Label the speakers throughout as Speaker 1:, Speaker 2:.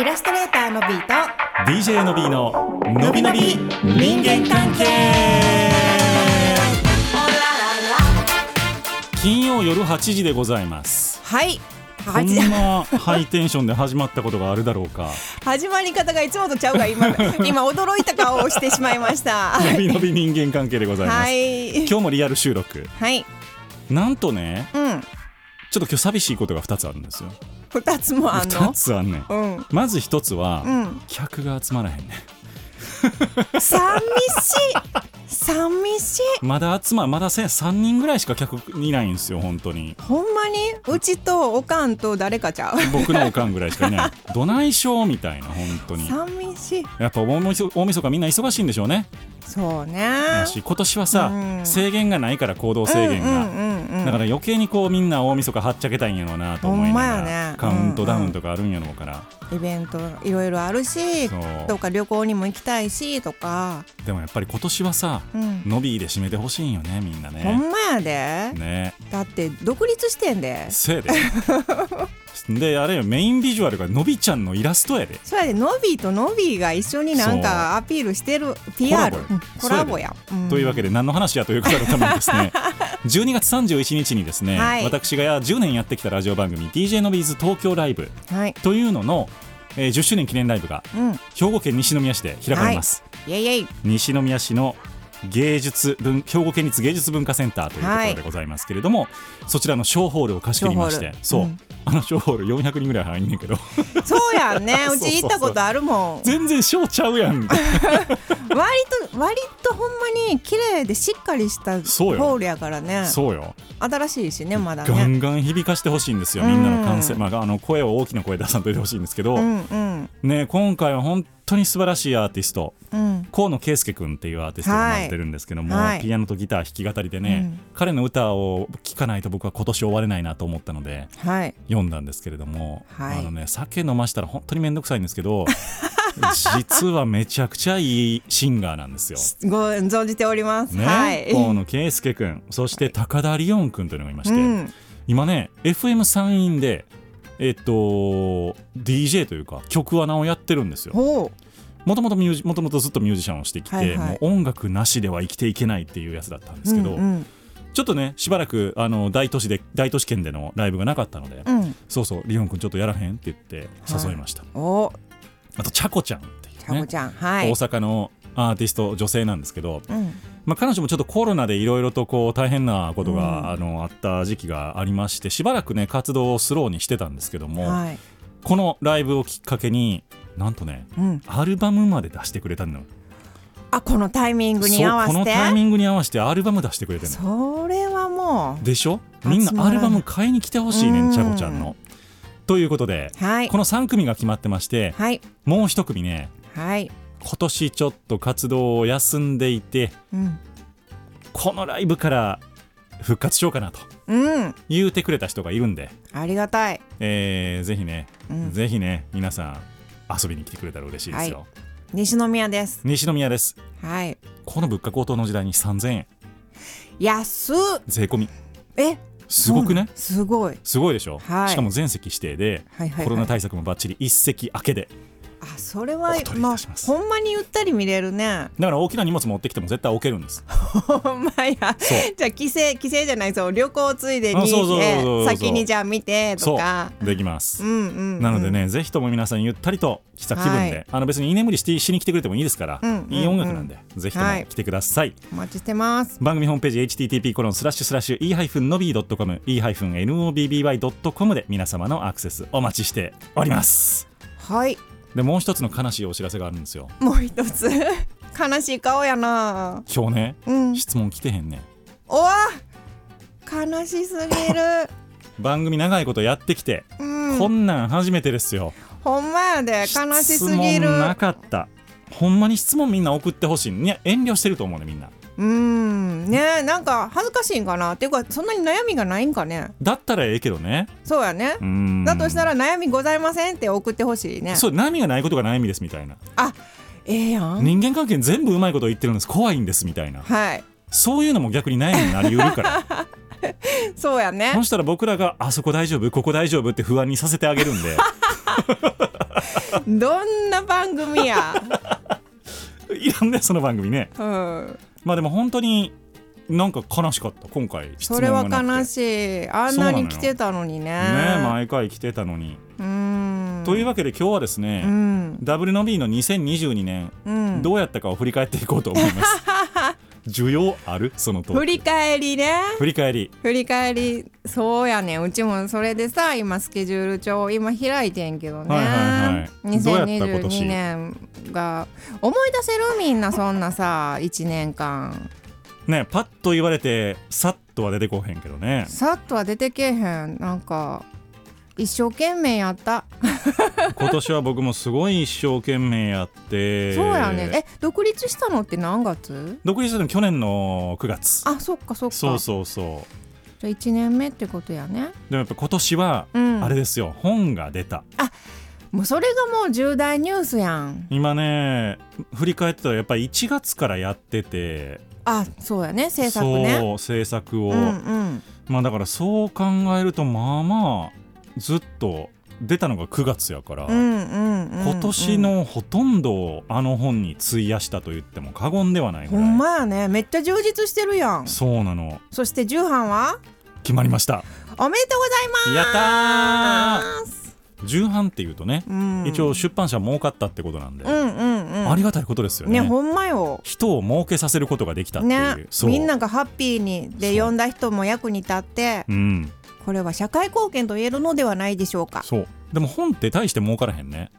Speaker 1: イラストレーターのビーと
Speaker 2: DJ の B ののびのび人間関係金曜夜8時でございます
Speaker 1: はい
Speaker 2: こ
Speaker 1: は
Speaker 2: ん
Speaker 1: じ
Speaker 2: なハイテンションで始まったことがあるだろうか
Speaker 1: 始まり方がいつもとちゃうが 今今驚いた顔をしてしまいましたは
Speaker 2: のびのび人間関係でございます、
Speaker 1: い
Speaker 2: 今日もリアル収録
Speaker 1: はい
Speaker 2: なんとね
Speaker 1: うん
Speaker 2: ちょっと今日寂しいことが2つあるんですよ
Speaker 1: 二つもあん
Speaker 2: 2
Speaker 1: の
Speaker 2: つあんねん
Speaker 1: うん
Speaker 2: まず1つは、
Speaker 1: うん
Speaker 2: 客が集まらへんね
Speaker 1: 寂
Speaker 2: ん
Speaker 1: しい寂しい
Speaker 2: まだ集ままだせ3人ぐらいしか客いないんですよ本当に
Speaker 1: ほんまにうちとおかんと誰かちゃう
Speaker 2: 僕のおかんぐらいしかいない どないしょうみたいな本当に
Speaker 1: 寂しい
Speaker 2: やっぱ大みそ大晦日みんな忙しいんでしょうね。
Speaker 1: そうね
Speaker 2: やし今年はさ、
Speaker 1: うん
Speaker 2: 制限がないから行動制限が、
Speaker 1: うんうんうんうん
Speaker 2: だから余計にこうみんな大晦日はっちゃけたいんやろうなと思
Speaker 1: ほ
Speaker 2: いな
Speaker 1: ん
Speaker 2: が
Speaker 1: まや
Speaker 2: ら、
Speaker 1: ね
Speaker 2: カウントダウンとかあるんやろうから、
Speaker 1: イベントいろいろあるし
Speaker 2: そう
Speaker 1: とか旅行にも行きたいしとか、
Speaker 2: でもやっぱり今年はさ、
Speaker 1: うん、
Speaker 2: ノビーで締めてほしいんよねみんな
Speaker 1: ほ
Speaker 2: ね。
Speaker 1: んまやで、
Speaker 2: ね
Speaker 1: だって独立してんで
Speaker 2: せいでであれよメインビジュアルがのびちゃんのイラストやで。
Speaker 1: それでノビーとノビーが一緒になんかアピールしてる PR
Speaker 2: コラボ
Speaker 1: うんコラボや
Speaker 2: というわけ
Speaker 1: で
Speaker 2: で何の話やということのためにです ね12月31日にですね、
Speaker 1: はい
Speaker 2: 私がや10年やってきたラジオ番組 DJ のビーズ東京ライブ
Speaker 1: はい
Speaker 2: というのの、えー10周年記念ライブが
Speaker 1: うん
Speaker 2: 兵庫県西宮市で開かれます、
Speaker 1: イエイイエイ
Speaker 2: 西宮市の芸術文兵庫県立芸術文化センターというとこ
Speaker 1: はい
Speaker 2: ろでございますけれども、そちらの小ホールを貸し切りまして
Speaker 1: 小
Speaker 2: そう、
Speaker 1: ホールうん
Speaker 2: あの小ホール400人ぐらい入んねんけど
Speaker 1: そうやん ね
Speaker 2: そう
Speaker 1: う
Speaker 2: そうそう
Speaker 1: ち行ったことあるもん割
Speaker 2: 全然小ちゃうやん
Speaker 1: と割とほんまに綺麗でしっかりしたホ
Speaker 2: そうよ
Speaker 1: ールやからね
Speaker 2: そうよ
Speaker 1: 新しいしねまだ
Speaker 2: ガ
Speaker 1: ね
Speaker 2: ンガン響かしてほしいんですよみんなの感性、
Speaker 1: うん
Speaker 2: まあ、あの声を大きな声出さんといてほしいんですけど、
Speaker 1: うんうん
Speaker 2: ね今回は本当に素晴らしいアーティスト
Speaker 1: うん
Speaker 2: 河野圭介君っていうアーティストが混ぜてるんですけども、
Speaker 1: はいはい
Speaker 2: ピアノとギター弾き語りでね、彼の歌を聴かないと僕は今年終われないなと思ったので
Speaker 1: はい
Speaker 2: 読んだんですけれども、
Speaker 1: はい
Speaker 2: あのね酒飲ましたら本当に面倒くさいんです けど実はめちゃくちゃいいシンガーなんですよ。
Speaker 1: ご存じております、
Speaker 2: ね
Speaker 1: はい
Speaker 2: 河野圭介君そして高田理音君というのがいまして、
Speaker 1: うん
Speaker 2: 今ね FM 山陰で、えっと、DJ というか曲穴をやってるんですよ。
Speaker 1: ほ
Speaker 2: もともとミュージもともとずっとミュージシャンをしてきて、
Speaker 1: はいはい
Speaker 2: もう音楽なしでは生きていけないっていうやつだったん
Speaker 1: う
Speaker 2: ですけど、
Speaker 1: うん
Speaker 2: ちょっとねしばらくあの大都市で大都市圏でのライブがなかったので、
Speaker 1: うんうん
Speaker 2: そうそうリオン君ちょっとやらへんって言って誘いました、
Speaker 1: お
Speaker 2: あとチャコちゃんってい
Speaker 1: ち
Speaker 2: う
Speaker 1: ゃこ
Speaker 2: ね
Speaker 1: ちゃん、はい
Speaker 2: 大阪のアーティスト女性なんですけど、
Speaker 1: うん
Speaker 2: まあ、彼女もちょっとコロナでいろいろとこう大変なことが、あのあった時期がありましてしばらくね活動をスローにしてたんですけども、
Speaker 1: はい
Speaker 2: このライブをきっかけになんとね
Speaker 1: うん、
Speaker 2: アルバムまで出してくれたの
Speaker 1: あこのタイミングに合わせて
Speaker 2: そうこのタイミングに合わせてアルバム出してくれてるの
Speaker 1: それはも
Speaker 2: でしょ
Speaker 1: あ
Speaker 2: みん
Speaker 1: つま
Speaker 2: な
Speaker 1: ら
Speaker 2: ア
Speaker 1: ん
Speaker 2: ルバム買いに来てほしいね
Speaker 1: うん
Speaker 2: んちゃこちゃんの。ということで、
Speaker 1: うはい
Speaker 2: この3組が決まってまして
Speaker 1: はい
Speaker 2: もう1組ね
Speaker 1: はい、
Speaker 2: 今年ちょっと活動を休んでいて
Speaker 1: うん
Speaker 2: このライブから復活しようかなと
Speaker 1: うん、
Speaker 2: 言うてくれた人がいるんで、
Speaker 1: ありがたい、
Speaker 2: えーぜひね、
Speaker 1: うん、
Speaker 2: ぜひね皆さん遊びに来てくれたら嬉しいですよ。
Speaker 1: 西宮です
Speaker 2: 西宮です
Speaker 1: はい
Speaker 2: この物価高騰の時代に3000円
Speaker 1: 安っ
Speaker 2: 税込み
Speaker 1: え
Speaker 2: すごくね
Speaker 1: そうすごい
Speaker 2: すごいでしょ、
Speaker 1: はい
Speaker 2: しかも全席指定で、
Speaker 1: はいはいはい
Speaker 2: コロナ対策もばっちり一席空けで
Speaker 1: あそれは
Speaker 2: お取りい
Speaker 1: まあ
Speaker 2: たします
Speaker 1: ほんまにゆったり見れるね
Speaker 2: だから大きな荷物持ってきても絶対置けるんです
Speaker 1: ほんまや
Speaker 2: そう
Speaker 1: じゃあ帰省帰省じゃないそう旅行ついで
Speaker 2: あ
Speaker 1: に
Speaker 2: そうそうそうそうそう
Speaker 1: え先にじゃあ見てとか
Speaker 2: そうできます、
Speaker 1: うんうん
Speaker 2: なのでね、ぜひとも皆さんゆったりとした気分で、
Speaker 1: はい
Speaker 2: あの別に居眠りしてしに来てくれてもいいですから、
Speaker 1: うんうんうん
Speaker 2: いい音楽なんでぜひとも来てください、
Speaker 1: お待ちしてます
Speaker 2: 番組ホームページ http コロンスラッシュスラッシュ e-nobby.com e-nobby.com で皆様のアクセスお待ちしております
Speaker 1: はい
Speaker 2: でもう一つの悲しいお知らせがあるんですよ
Speaker 1: もう一つ 悲しい顔やな
Speaker 2: 今日ね、
Speaker 1: うん
Speaker 2: 質問来てへんねん
Speaker 1: おわ悲しすぎる、
Speaker 2: 番組長いことやってきて
Speaker 1: うん、
Speaker 2: こんなん初めてですよ。
Speaker 1: ほんまやで悲しすぎ
Speaker 2: 質
Speaker 1: る
Speaker 2: 問なかった。ほんまに質問みんな送ってほしい。いや遠慮してると思うねみんな。
Speaker 1: うんねなんか恥ずかしいんかなっていうかそんなに悩みがないんかね
Speaker 2: だったらええけどね。
Speaker 1: そうやね
Speaker 2: うーん
Speaker 1: だとしたら悩みございませんって送ってほしいね
Speaker 2: そう悩みがないことが悩みですみたいな。
Speaker 1: あええやん
Speaker 2: 人間関係全部うまいこと言ってるんです怖いんですみたいな。
Speaker 1: はい
Speaker 2: そういうのも逆に悩みになりう るから。
Speaker 1: そうやね
Speaker 2: そしたら僕らがあそこ大丈夫ここ大丈夫って不安にさせてあげるんで。
Speaker 1: どんな番組や。
Speaker 2: いらんねその番組ね
Speaker 1: うん。
Speaker 2: まあでも本当になんか悲しかった今回質
Speaker 1: そ
Speaker 2: 問
Speaker 1: れは
Speaker 2: がなくて
Speaker 1: 悲
Speaker 2: ね
Speaker 1: しい。あんなに来てたのにね。
Speaker 2: え毎回来てたのに、
Speaker 1: うん。
Speaker 2: というわけで今日はですね、
Speaker 1: うん。
Speaker 2: W の B の2022年、
Speaker 1: うん。
Speaker 2: どうやったかを振り返っていこうと思います 需要あるそのと
Speaker 1: 振り返りね。
Speaker 2: 振り返り
Speaker 1: 振り返りそうやねんうちもそれでさ今スケジュール帳を今開いてんけどね、
Speaker 2: はいはいはいどうやった今年
Speaker 1: 2022年が思い出せるみんなそんなさ1年間
Speaker 2: ねパッと言われてさっとは出てこへんけどね
Speaker 1: さっとは出てけえへんなんか一生懸命やった、
Speaker 2: 今年は僕もすごい一生懸命やって
Speaker 1: そうやねえ独立したのって何月
Speaker 2: 独立したの去年の9月
Speaker 1: あそっかそっか
Speaker 2: そうそうそう
Speaker 1: じゃあ1年目ってことやね
Speaker 2: でもやっぱ今年は
Speaker 1: うん
Speaker 2: あれですよ、本が出た
Speaker 1: もうそれがもう重大ニュースやん
Speaker 2: 今ね振り返ってたらやっぱり1月からやってて
Speaker 1: あそうやね制作ね
Speaker 2: そう制作を、
Speaker 1: うんうん
Speaker 2: まあだからそう考えるとまあまあずっと出たのが9月やから、
Speaker 1: うんうんうんうん
Speaker 2: 今年のほとんどをあの本に費やしたと言っても過言ではないぐ
Speaker 1: ほ
Speaker 2: らい、
Speaker 1: んまやねめっちゃ充実してるやん
Speaker 2: そうなの
Speaker 1: そして重版は
Speaker 2: 決まりました
Speaker 1: おめでとうございます
Speaker 2: やったー重版っていうとね、
Speaker 1: うん、
Speaker 2: 一応出版社儲かったってことなんで、
Speaker 1: うんうんうん
Speaker 2: ありがたいことですよ
Speaker 1: ね
Speaker 2: ね
Speaker 1: ほんまよ
Speaker 2: 人を儲けさせることができたっていう、
Speaker 1: ね
Speaker 2: そう
Speaker 1: みんながハッピーにで
Speaker 2: そう
Speaker 1: 読んだ人も役に立って
Speaker 2: うん
Speaker 1: これは社会貢献と言えるのではないでしょうか
Speaker 2: そうでも本って大して儲からへんね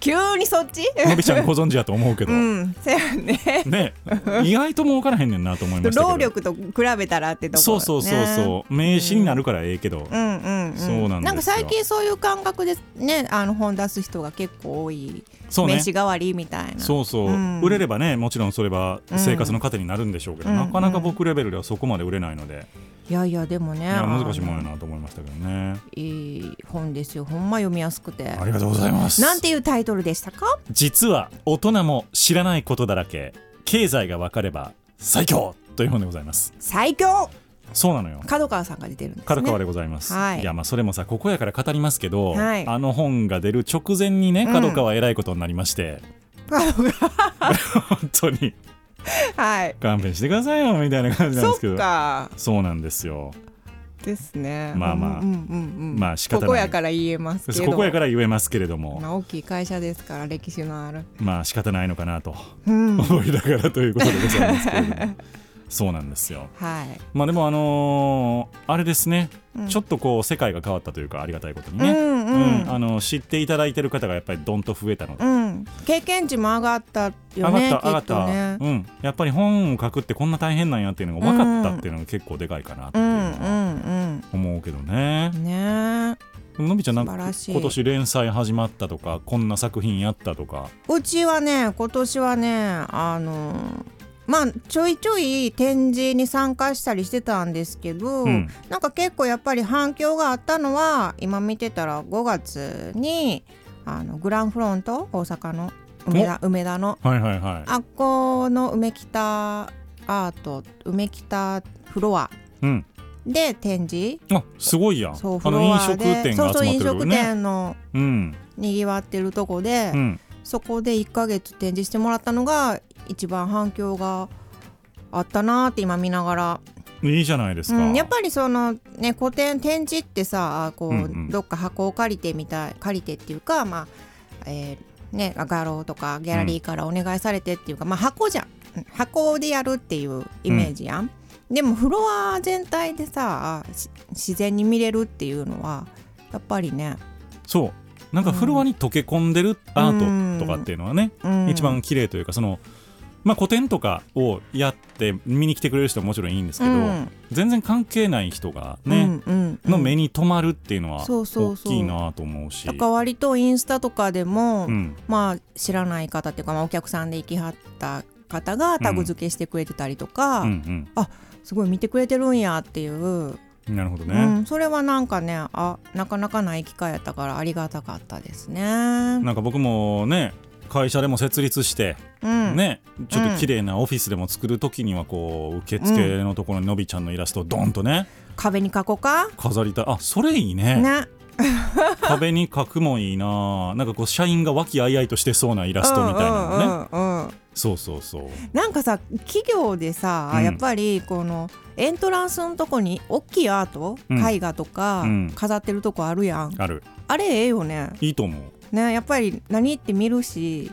Speaker 1: 急にそっち
Speaker 2: のびちゃんご存知やと思うけど、
Speaker 1: うんせやね
Speaker 2: ね意外と儲からへんねんなと思いましたけど
Speaker 1: 労力と比べたらってとこ
Speaker 2: そうそうそう
Speaker 1: ね
Speaker 2: そう、名刺になるからええけど、
Speaker 1: うんうんうん、
Speaker 2: そうなんですよ
Speaker 1: か最近そういう感覚でねあの本出す人が結構多い、
Speaker 2: そうね
Speaker 1: 名刺代わりみたいな
Speaker 2: そうそう、
Speaker 1: うん
Speaker 2: 売れればねもちろんそれは生活の糧になるんでしょうけど、
Speaker 1: うん
Speaker 2: なかなか僕レベルではそこまで売れないので、
Speaker 1: いやいやでもね
Speaker 2: いや難しいもんやなと思いましたけどね
Speaker 1: いい本ですよほんま読みやすくて
Speaker 2: ありがとうございます
Speaker 1: なんていうタイトルでしたか
Speaker 2: 実は大人も知らないことだらけ経済が分かれば最強という本でございます
Speaker 1: 最強
Speaker 2: そうなのよ
Speaker 1: 角川さんが出てるんですね
Speaker 2: 角川でございます、
Speaker 1: はい
Speaker 2: やまあそれもさここやから語りますけど、
Speaker 1: はい
Speaker 2: あの本が出る直前にね
Speaker 1: うん
Speaker 2: 角川えらいことになりまして、
Speaker 1: 角川
Speaker 2: 本当に
Speaker 1: はい
Speaker 2: 勘弁してくださいよみたいな感じなんで
Speaker 1: そ
Speaker 2: すけ
Speaker 1: っ
Speaker 2: ど
Speaker 1: か
Speaker 2: そうなんですよ
Speaker 1: ですね
Speaker 2: まあまあ
Speaker 1: うんうんうんうん
Speaker 2: まあ仕方ない
Speaker 1: ここやから言えますけど
Speaker 2: ここやから言えますけれども
Speaker 1: まあ大きい会社ですから歴史のある
Speaker 2: まあ仕方ないのかなと
Speaker 1: うんは
Speaker 2: 思いながらということでございますけれども そうなんですよ
Speaker 1: い
Speaker 2: まあでもあのーあれですね、
Speaker 1: うん
Speaker 2: ちょっとこう世界が変わったというかありがたいことにね、
Speaker 1: うんうん
Speaker 2: あの知っていただいてる方がやっぱりどんと増えたので、
Speaker 1: うん経験値も上がったよね
Speaker 2: 上がった上がっ
Speaker 1: きっと
Speaker 2: た、
Speaker 1: ね
Speaker 2: うん、やっぱり本を書くってこんな大変なんやっていうのが分かったっていうのが結構でかいかなって
Speaker 1: う
Speaker 2: いうんのは
Speaker 1: うん
Speaker 2: 思うけどね
Speaker 1: う、んね
Speaker 2: でものびちゃんなん
Speaker 1: 素
Speaker 2: か
Speaker 1: 晴らしい
Speaker 2: 今年連載始まったとかこんな作品やったとか
Speaker 1: うちはね今年はねあのーまあちょいちょい展示に参加したりしてたんですけど、
Speaker 2: うん
Speaker 1: なんか結構やっぱり反響があったのは今見てたら5月にあのグランフロント大阪の梅田梅田の
Speaker 2: はいはいはい
Speaker 1: あっこの梅北アート梅北フロア
Speaker 2: うん
Speaker 1: で展示
Speaker 2: あすごいやん
Speaker 1: そうフ
Speaker 2: あの
Speaker 1: ロ
Speaker 2: 飲
Speaker 1: ア
Speaker 2: 食
Speaker 1: で
Speaker 2: 店
Speaker 1: そ
Speaker 2: が
Speaker 1: う
Speaker 2: 集
Speaker 1: そう
Speaker 2: まって
Speaker 1: 飲
Speaker 2: るよ
Speaker 1: 食
Speaker 2: ね
Speaker 1: 店の
Speaker 2: うん
Speaker 1: にぎわってるとこで、
Speaker 2: うん
Speaker 1: そこで1ヶ月展示してもらったのが一番反響があったなーって今見ながら、
Speaker 2: いいじゃないです
Speaker 1: う
Speaker 2: か、
Speaker 1: ん、やっぱりそのね古典展示ってさこう、
Speaker 2: うんうん
Speaker 1: どっか箱を借りてみたい借りてっていうかまあ、えーね画廊とかギャラリーからお願いされてっていうか、まあ箱じゃんうん箱でやるっていうイメージやん、でもフロア全体でさし自然に見れるっていうのはやっぱりね、
Speaker 2: そうなんかフロアに溶け込んでるアートとかっていうのはね、
Speaker 1: うん、
Speaker 2: 一番綺麗というかその、まあ、古典とかをやって見に来てくれる人はもちろんいいんですけど、
Speaker 1: うん
Speaker 2: 全然関係ない人がね、、
Speaker 1: うんうんうん
Speaker 2: の目に留まるっていうのは
Speaker 1: そうそう
Speaker 2: 大
Speaker 1: そう
Speaker 2: きいなと思うし。
Speaker 1: なんか割とインスタとかでも、
Speaker 2: うん
Speaker 1: まあ知らない方っていうか、まあ、お客さんで行きはった方がタグ付けしてくれてたりとか、
Speaker 2: うん
Speaker 1: すごい見てくれてるんやっていう、
Speaker 2: うん、なるほどね、
Speaker 1: うん、それはなんかねあなかなかない機会やったからありがたかったですね。
Speaker 2: なんか僕もね会社でも設立して、
Speaker 1: うん、
Speaker 2: ねちょっと綺麗なオフィスでも作る時にはこう受付のところにのびちゃんのイラストをドンとね
Speaker 1: 壁に書こうか、
Speaker 2: 飾りたいあそれいいね
Speaker 1: ね
Speaker 2: 壁に描くもんいいななんかこう社員が和気あいあいとしてそうなイラストみたいなのね、
Speaker 1: うんうんうんうん
Speaker 2: そうそうそう
Speaker 1: なんかさ企業でさ、
Speaker 2: うん
Speaker 1: やっぱりこのエントランスのとこに大きいアート、
Speaker 2: うん
Speaker 1: 絵画とか
Speaker 2: うん
Speaker 1: 飾ってるとこあるやん、
Speaker 2: ある
Speaker 1: あれええよね
Speaker 2: いいと思う
Speaker 1: ねやっぱり何って見るし、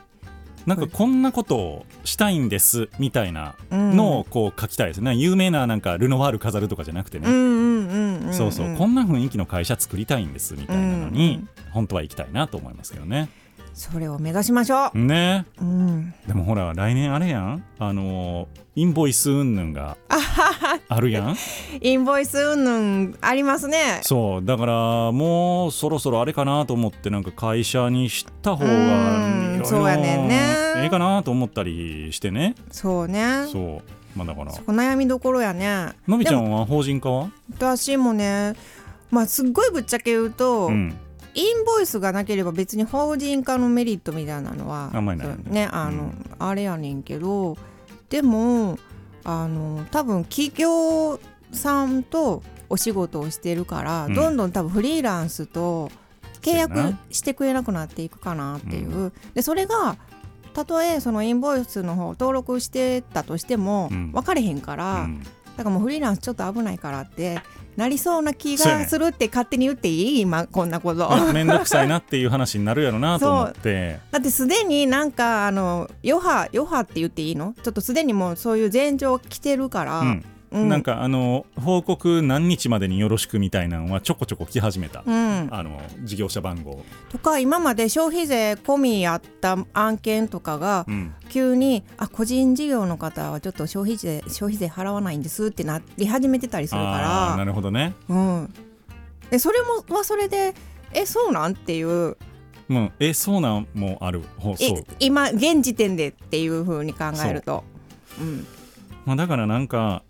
Speaker 2: なんかこんなことをしたいんですみたいな
Speaker 1: うん、
Speaker 2: のをこう書きたいですね、有名ななんかルノワール飾るとかじゃなくて
Speaker 1: うん
Speaker 2: ね、
Speaker 1: うんうんうん
Speaker 2: そうそうこんな雰囲気の会社作りたいんですみたいなのに、本当は行きたいなと思いますけどね
Speaker 1: それを目指しましょ
Speaker 2: ね
Speaker 1: う、うん、
Speaker 2: でもほら来年あれやんあのーインボイス云々があるやん
Speaker 1: インボイス云々ありますね
Speaker 2: そうだからもうそろそろあれかなと思ってなんか会社にした方が
Speaker 1: うん
Speaker 2: いろい
Speaker 1: そう
Speaker 2: ろ
Speaker 1: やねんね
Speaker 2: ええかなと思ったりしてね
Speaker 1: そうねそ
Speaker 2: そうまあだから
Speaker 1: こ悩みどころやね
Speaker 2: のびちゃ
Speaker 1: でも
Speaker 2: んは法人化は
Speaker 1: 私もねまあすっごいぶっちゃけ言うと、
Speaker 2: うん
Speaker 1: インボイスがなければ別に法人化のメリットみたいなのは
Speaker 2: あんまりない
Speaker 1: そう
Speaker 2: ね
Speaker 1: ねあの、
Speaker 2: う
Speaker 1: あれやねんけどでもあの多分企業さんとお仕事をしてるから、
Speaker 2: うん
Speaker 1: どんどん多分フリーランスと契
Speaker 2: そうや
Speaker 1: 約
Speaker 2: な
Speaker 1: してくれなくなっていくかなっていう、でそれがたとえそのインボイスの方登録してたとしても
Speaker 2: うん
Speaker 1: 分かれへんから、
Speaker 2: うん
Speaker 1: だからもうフリーランスちょっと危ないからってなりそうな気
Speaker 2: そうやね
Speaker 1: がするって勝手に言っていい今こんな こと。
Speaker 2: まあ面倒くさいなっていう話になるやろなと思って
Speaker 1: だってすでになんかあの余波余波って言っていいのちょっとすでにもうそういう前兆来てるから、
Speaker 2: うん
Speaker 1: うん
Speaker 2: なんかあの報告何日までによろしくみたいなのはちょこちょこ来始めた、
Speaker 1: うん、
Speaker 2: あの事業者番号、
Speaker 1: とか今まで消費税込みやった案件とかが
Speaker 2: うん
Speaker 1: 急にあ個人事業の方はちょっと消費税消費税払わないんですってなり始めてたりする
Speaker 2: あー
Speaker 1: か
Speaker 2: なるほどね
Speaker 1: ら、うん、でそれもはそれでえそうなんっていう
Speaker 2: もうえそうなんもあるほ
Speaker 1: い
Speaker 2: そう、
Speaker 1: 今現時点でっていうふうに考えると。うん
Speaker 2: まあ、だからなんか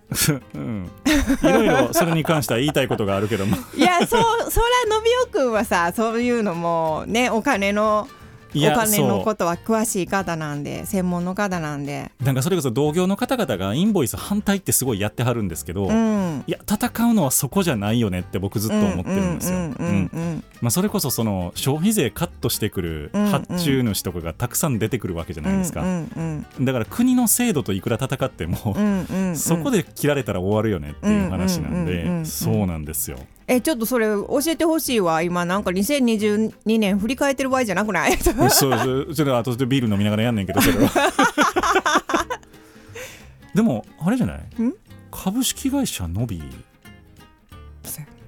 Speaker 2: うん、いろいろそれに関しては言いたいことがあるけ ども
Speaker 1: いやそうそらのびおくんはさそういうのもねお金のお
Speaker 2: いや
Speaker 1: 金の
Speaker 2: そ
Speaker 1: ことは詳しい方なんで専門の方なんで
Speaker 2: うなんかそれこそ同業の方々がインボイス反対ってすごいやってはるんですけど、
Speaker 1: う
Speaker 2: い
Speaker 1: ん
Speaker 2: や戦うのはそこじゃないよねって僕ずっと思ってるんですよ。
Speaker 1: うう
Speaker 2: うん
Speaker 1: んうんうん
Speaker 2: まあ、それこそその消費税カットしてくる
Speaker 1: うんうん
Speaker 2: 発注主とかがたくさん出てくるわけじゃないですか、
Speaker 1: うんうん
Speaker 2: だから国の制度といくら戦っても、
Speaker 1: うんうんうんうん
Speaker 2: そこで切られたら終わるよねっていう話なんで、
Speaker 1: うんうんうんうん
Speaker 2: そうなんですよ
Speaker 1: えちょっとそれ教えてほしいわ今なんか2022年振り返ってる場合じゃなくない
Speaker 2: そうそうちょっと後でビール飲みながらやんねんけどそれは でもあれじゃない株式会社のび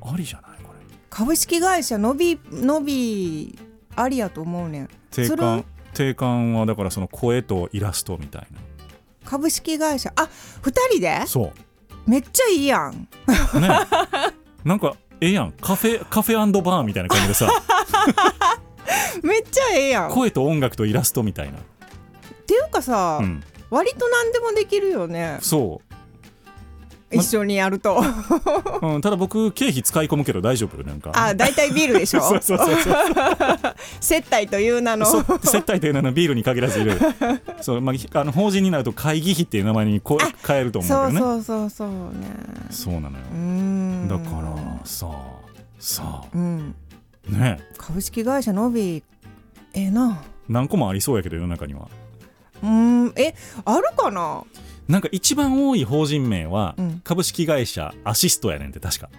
Speaker 2: ありじゃないこれ
Speaker 1: 株式会社のびのびありやと思うねん
Speaker 2: 定
Speaker 1: それは
Speaker 2: 款定款はだからその声とイラストみたい
Speaker 1: 株式会社あ二人で
Speaker 2: なそう
Speaker 1: めっちゃいいやん
Speaker 2: ね なんかええやんカフェカフェバーみたいな感じ でさ
Speaker 1: めっちゃええやんっ
Speaker 2: 声と音楽とイラストみたいな、
Speaker 1: ていうかさ、
Speaker 2: うん、
Speaker 1: 割と何でもできるよね
Speaker 2: そま
Speaker 1: 一緒にやる と
Speaker 2: う、うん、ただ僕経費使い込むけど大丈夫なんか
Speaker 1: あ大体ビールでしょ
Speaker 2: そうそうそうそう
Speaker 1: 接待という名の
Speaker 2: そ接待という名のビールに限らず いるそう、まあひ、あの法人になると会議費っていう名前にこう変えると思
Speaker 1: そうう
Speaker 2: けどね
Speaker 1: そうそうそうね
Speaker 2: そうなのよ
Speaker 1: うーん
Speaker 2: だからささ
Speaker 1: うん
Speaker 2: あね
Speaker 1: 株式会社のびええな
Speaker 2: 何個もありそうやけど世の中には
Speaker 1: うーんえあるかな
Speaker 2: なんか一番多い法人名は、
Speaker 1: うん
Speaker 2: 株式会社アシストやねんって確か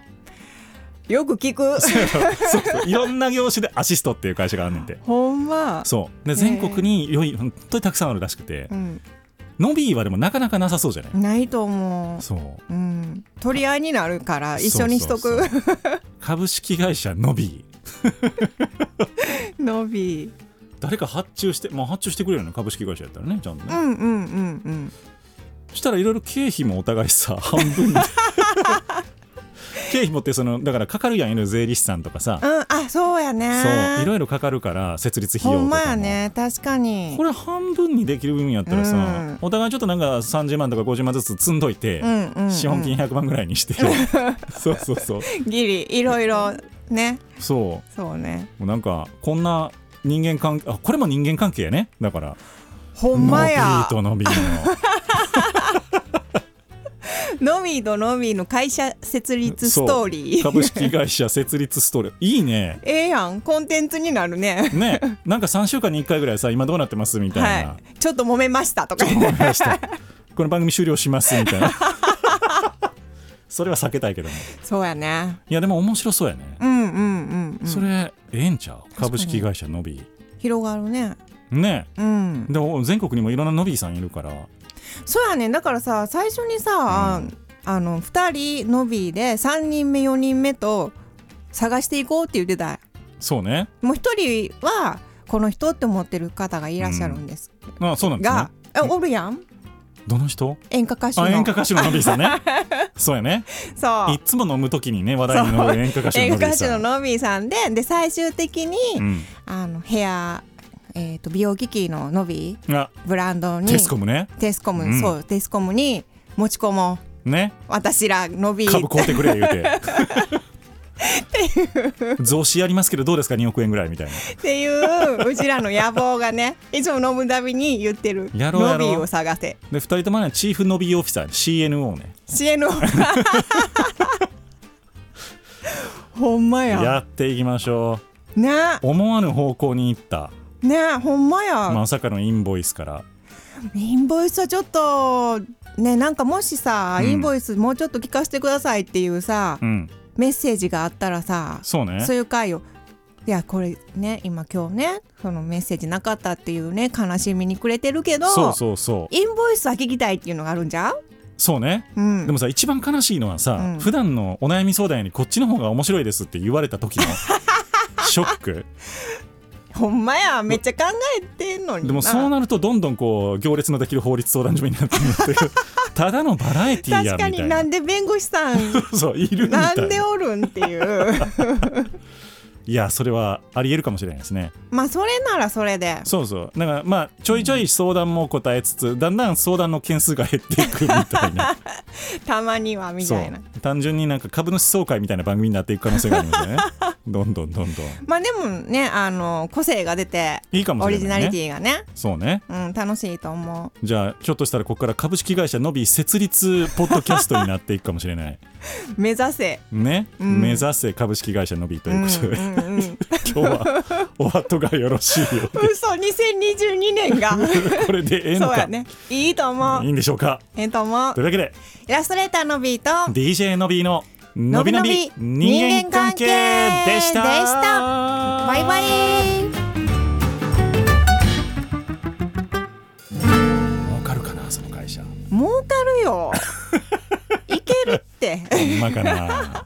Speaker 1: よく聞く
Speaker 2: そうそういろんな業種でアシストっていう会社があんねんて
Speaker 1: ほんま
Speaker 2: そうで
Speaker 1: へー
Speaker 2: 全国に良い本当にたくさんあるらしくて
Speaker 1: うん
Speaker 2: ノビーはでもなかなかなさそうじゃない
Speaker 1: ないと思う
Speaker 2: そう
Speaker 1: うん取り合いになるから一緒にしと
Speaker 2: そうそう
Speaker 1: く
Speaker 2: そう株式会社ノビー
Speaker 1: のび
Speaker 2: 誰か発注してまあ発注してくれるの株式会社やったらねちゃんと
Speaker 1: う
Speaker 2: ね、
Speaker 1: んうんうんうん
Speaker 2: したらいろいろ経費もお互い さ半分で経費もってそのだからかかるやんいろいろ税理士さんとかさ
Speaker 1: うんあそうやね
Speaker 2: そういろいろかかるから設立費
Speaker 1: ほ
Speaker 2: 用
Speaker 1: ん
Speaker 2: と
Speaker 1: ま
Speaker 2: か
Speaker 1: や
Speaker 2: も、
Speaker 1: ね確かに
Speaker 2: これ半分にできる分やったらさ、
Speaker 1: うん
Speaker 2: お互いちょっとなんか30万とか50万ずつ積んどいて、
Speaker 1: うんうんうん
Speaker 2: 資本金100万ぐらいにして、 そうそうそう
Speaker 1: ギリいろいろね
Speaker 2: そうも
Speaker 1: そうね
Speaker 2: うなんかこんな人間関係あこれも人間関係やねだから
Speaker 1: ほんまや
Speaker 2: ノビーとノビーの
Speaker 1: ノミーとノミーの会社設立ストーリー
Speaker 2: 株式会社設立ストーリーいいね
Speaker 1: ええやんコンテンツになるね
Speaker 2: ねなんか3週間に1回ぐらいさ今どうなってますみたいな、
Speaker 1: はいちょっと揉めましたとか
Speaker 2: 思いましたこの番組終了しますみた いなそれは避けたいけども
Speaker 1: そうやね
Speaker 2: いやでも面白そうやね、
Speaker 1: うんうんうん、うん、
Speaker 2: それええんちゃう
Speaker 1: かに
Speaker 2: 株式会社のび
Speaker 1: 広がるね
Speaker 2: ね
Speaker 1: うん
Speaker 2: でも全国にもいろんなのびさんいるから
Speaker 1: そうやねだからさ最初にさ、
Speaker 2: うん
Speaker 1: あの2人のびで3人目4人目と探していこうって言ってた
Speaker 2: そうね
Speaker 1: もう1人はこの人って思ってる方がいらっしゃるんです
Speaker 2: あそうなんですね
Speaker 1: が、えおるやん
Speaker 2: どの人
Speaker 1: 演歌歌手の
Speaker 2: あ演歌歌手ののびさん ねそうやね
Speaker 1: そう
Speaker 2: いつも飲むときにね話題に上る演歌歌手
Speaker 1: 演
Speaker 2: の
Speaker 1: 歌
Speaker 2: のび
Speaker 1: 歌手の
Speaker 2: さん
Speaker 1: ノビーさんでで最終的に、
Speaker 2: う
Speaker 1: あのヘア、えー、と美容機器のノビ
Speaker 2: ん
Speaker 1: ー
Speaker 2: あ
Speaker 1: ブランドに
Speaker 2: テスコムね
Speaker 1: テスコム、
Speaker 2: うん
Speaker 1: そうテスコムに持ち込もう
Speaker 2: ね
Speaker 1: 私らノビ
Speaker 2: 株
Speaker 1: ー
Speaker 2: 買うてくれ言うて増資やりますけどどうですか2億円ぐらいみたいな
Speaker 1: っていううちらの野望が ねいつも飲むたびに言ってる
Speaker 2: やろうやろう
Speaker 1: ノビーを探せ
Speaker 2: で2人ともねチーフノビーオフィサー CNO ね
Speaker 1: CN ほんまや
Speaker 2: やっていきましょ
Speaker 1: ね
Speaker 2: う思わぬ方向に行った
Speaker 1: ねほんまや、
Speaker 2: まさかのインボイスから
Speaker 1: インボイスはちょっとねなんかもしさ、
Speaker 2: うん
Speaker 1: インボイスもうちょっと聞かせてくださいっていうさ、
Speaker 2: うん
Speaker 1: メッセージがあったらさ
Speaker 2: そうね
Speaker 1: そういう回をいやこれね今今日ねそのメッセージなかったっていうね悲しみにくれてるけど
Speaker 2: そうそうそう
Speaker 1: インボイスは聞きたいっていうのがあるんじゃう、
Speaker 2: そうね
Speaker 1: うん、
Speaker 2: でもさ一番悲しいのはさ、
Speaker 1: うん
Speaker 2: 普段のお悩み相談よりこっちの方が面白いですって言われた 時のショック
Speaker 1: ほんまやめっちゃ考えてんのに
Speaker 2: でもそう
Speaker 1: な
Speaker 2: なるとどんどんこう行列のできる法律相談所になってくる っていうただのバラエティー
Speaker 1: 確
Speaker 2: やみ
Speaker 1: か
Speaker 2: た
Speaker 1: に
Speaker 2: い
Speaker 1: な
Speaker 2: なん
Speaker 1: で弁護士さん
Speaker 2: そういるみた
Speaker 1: ない
Speaker 2: なん
Speaker 1: でおるんって いう
Speaker 2: いやそれはありえるかもしれないですね
Speaker 1: まあそれならそれで
Speaker 2: そうそうだからまあちょいちょい相談も答えつつ、だんだん相談の件数が減っていくみたいな
Speaker 1: たまには みたいな
Speaker 2: そう単純になんか株主総会みたいな番組になっていく可能性がありますよねどんどんどんどん
Speaker 1: まあでもねあの個性が出て
Speaker 2: いいかも
Speaker 1: オ
Speaker 2: しれ
Speaker 1: リジ
Speaker 2: な
Speaker 1: ナ
Speaker 2: い、ね、
Speaker 1: リティがね
Speaker 2: そうね
Speaker 1: うん楽しいと思
Speaker 2: じゃあひょっとしたらここから株式会社のび設立ポッドキャストになっていくかもしれない
Speaker 1: う目指せ
Speaker 2: ね、
Speaker 1: うん
Speaker 2: 目指せ株式会社のびと
Speaker 1: う
Speaker 2: い
Speaker 1: ん
Speaker 2: う
Speaker 1: う
Speaker 2: ことで、
Speaker 1: んうん
Speaker 2: 今日はお後がよろしいよ
Speaker 1: 嘘2022年が
Speaker 2: これでええの
Speaker 1: そう
Speaker 2: か
Speaker 1: やねいいと思う
Speaker 2: いいんでしょうか
Speaker 1: ええと思う
Speaker 2: というわけで
Speaker 1: イラストレーターのビート
Speaker 2: DJ のびののびのび人間関係でした
Speaker 1: でしたバイバイ
Speaker 2: 儲かるかなその会社
Speaker 1: 儲かるよいけるって
Speaker 2: ほんまかな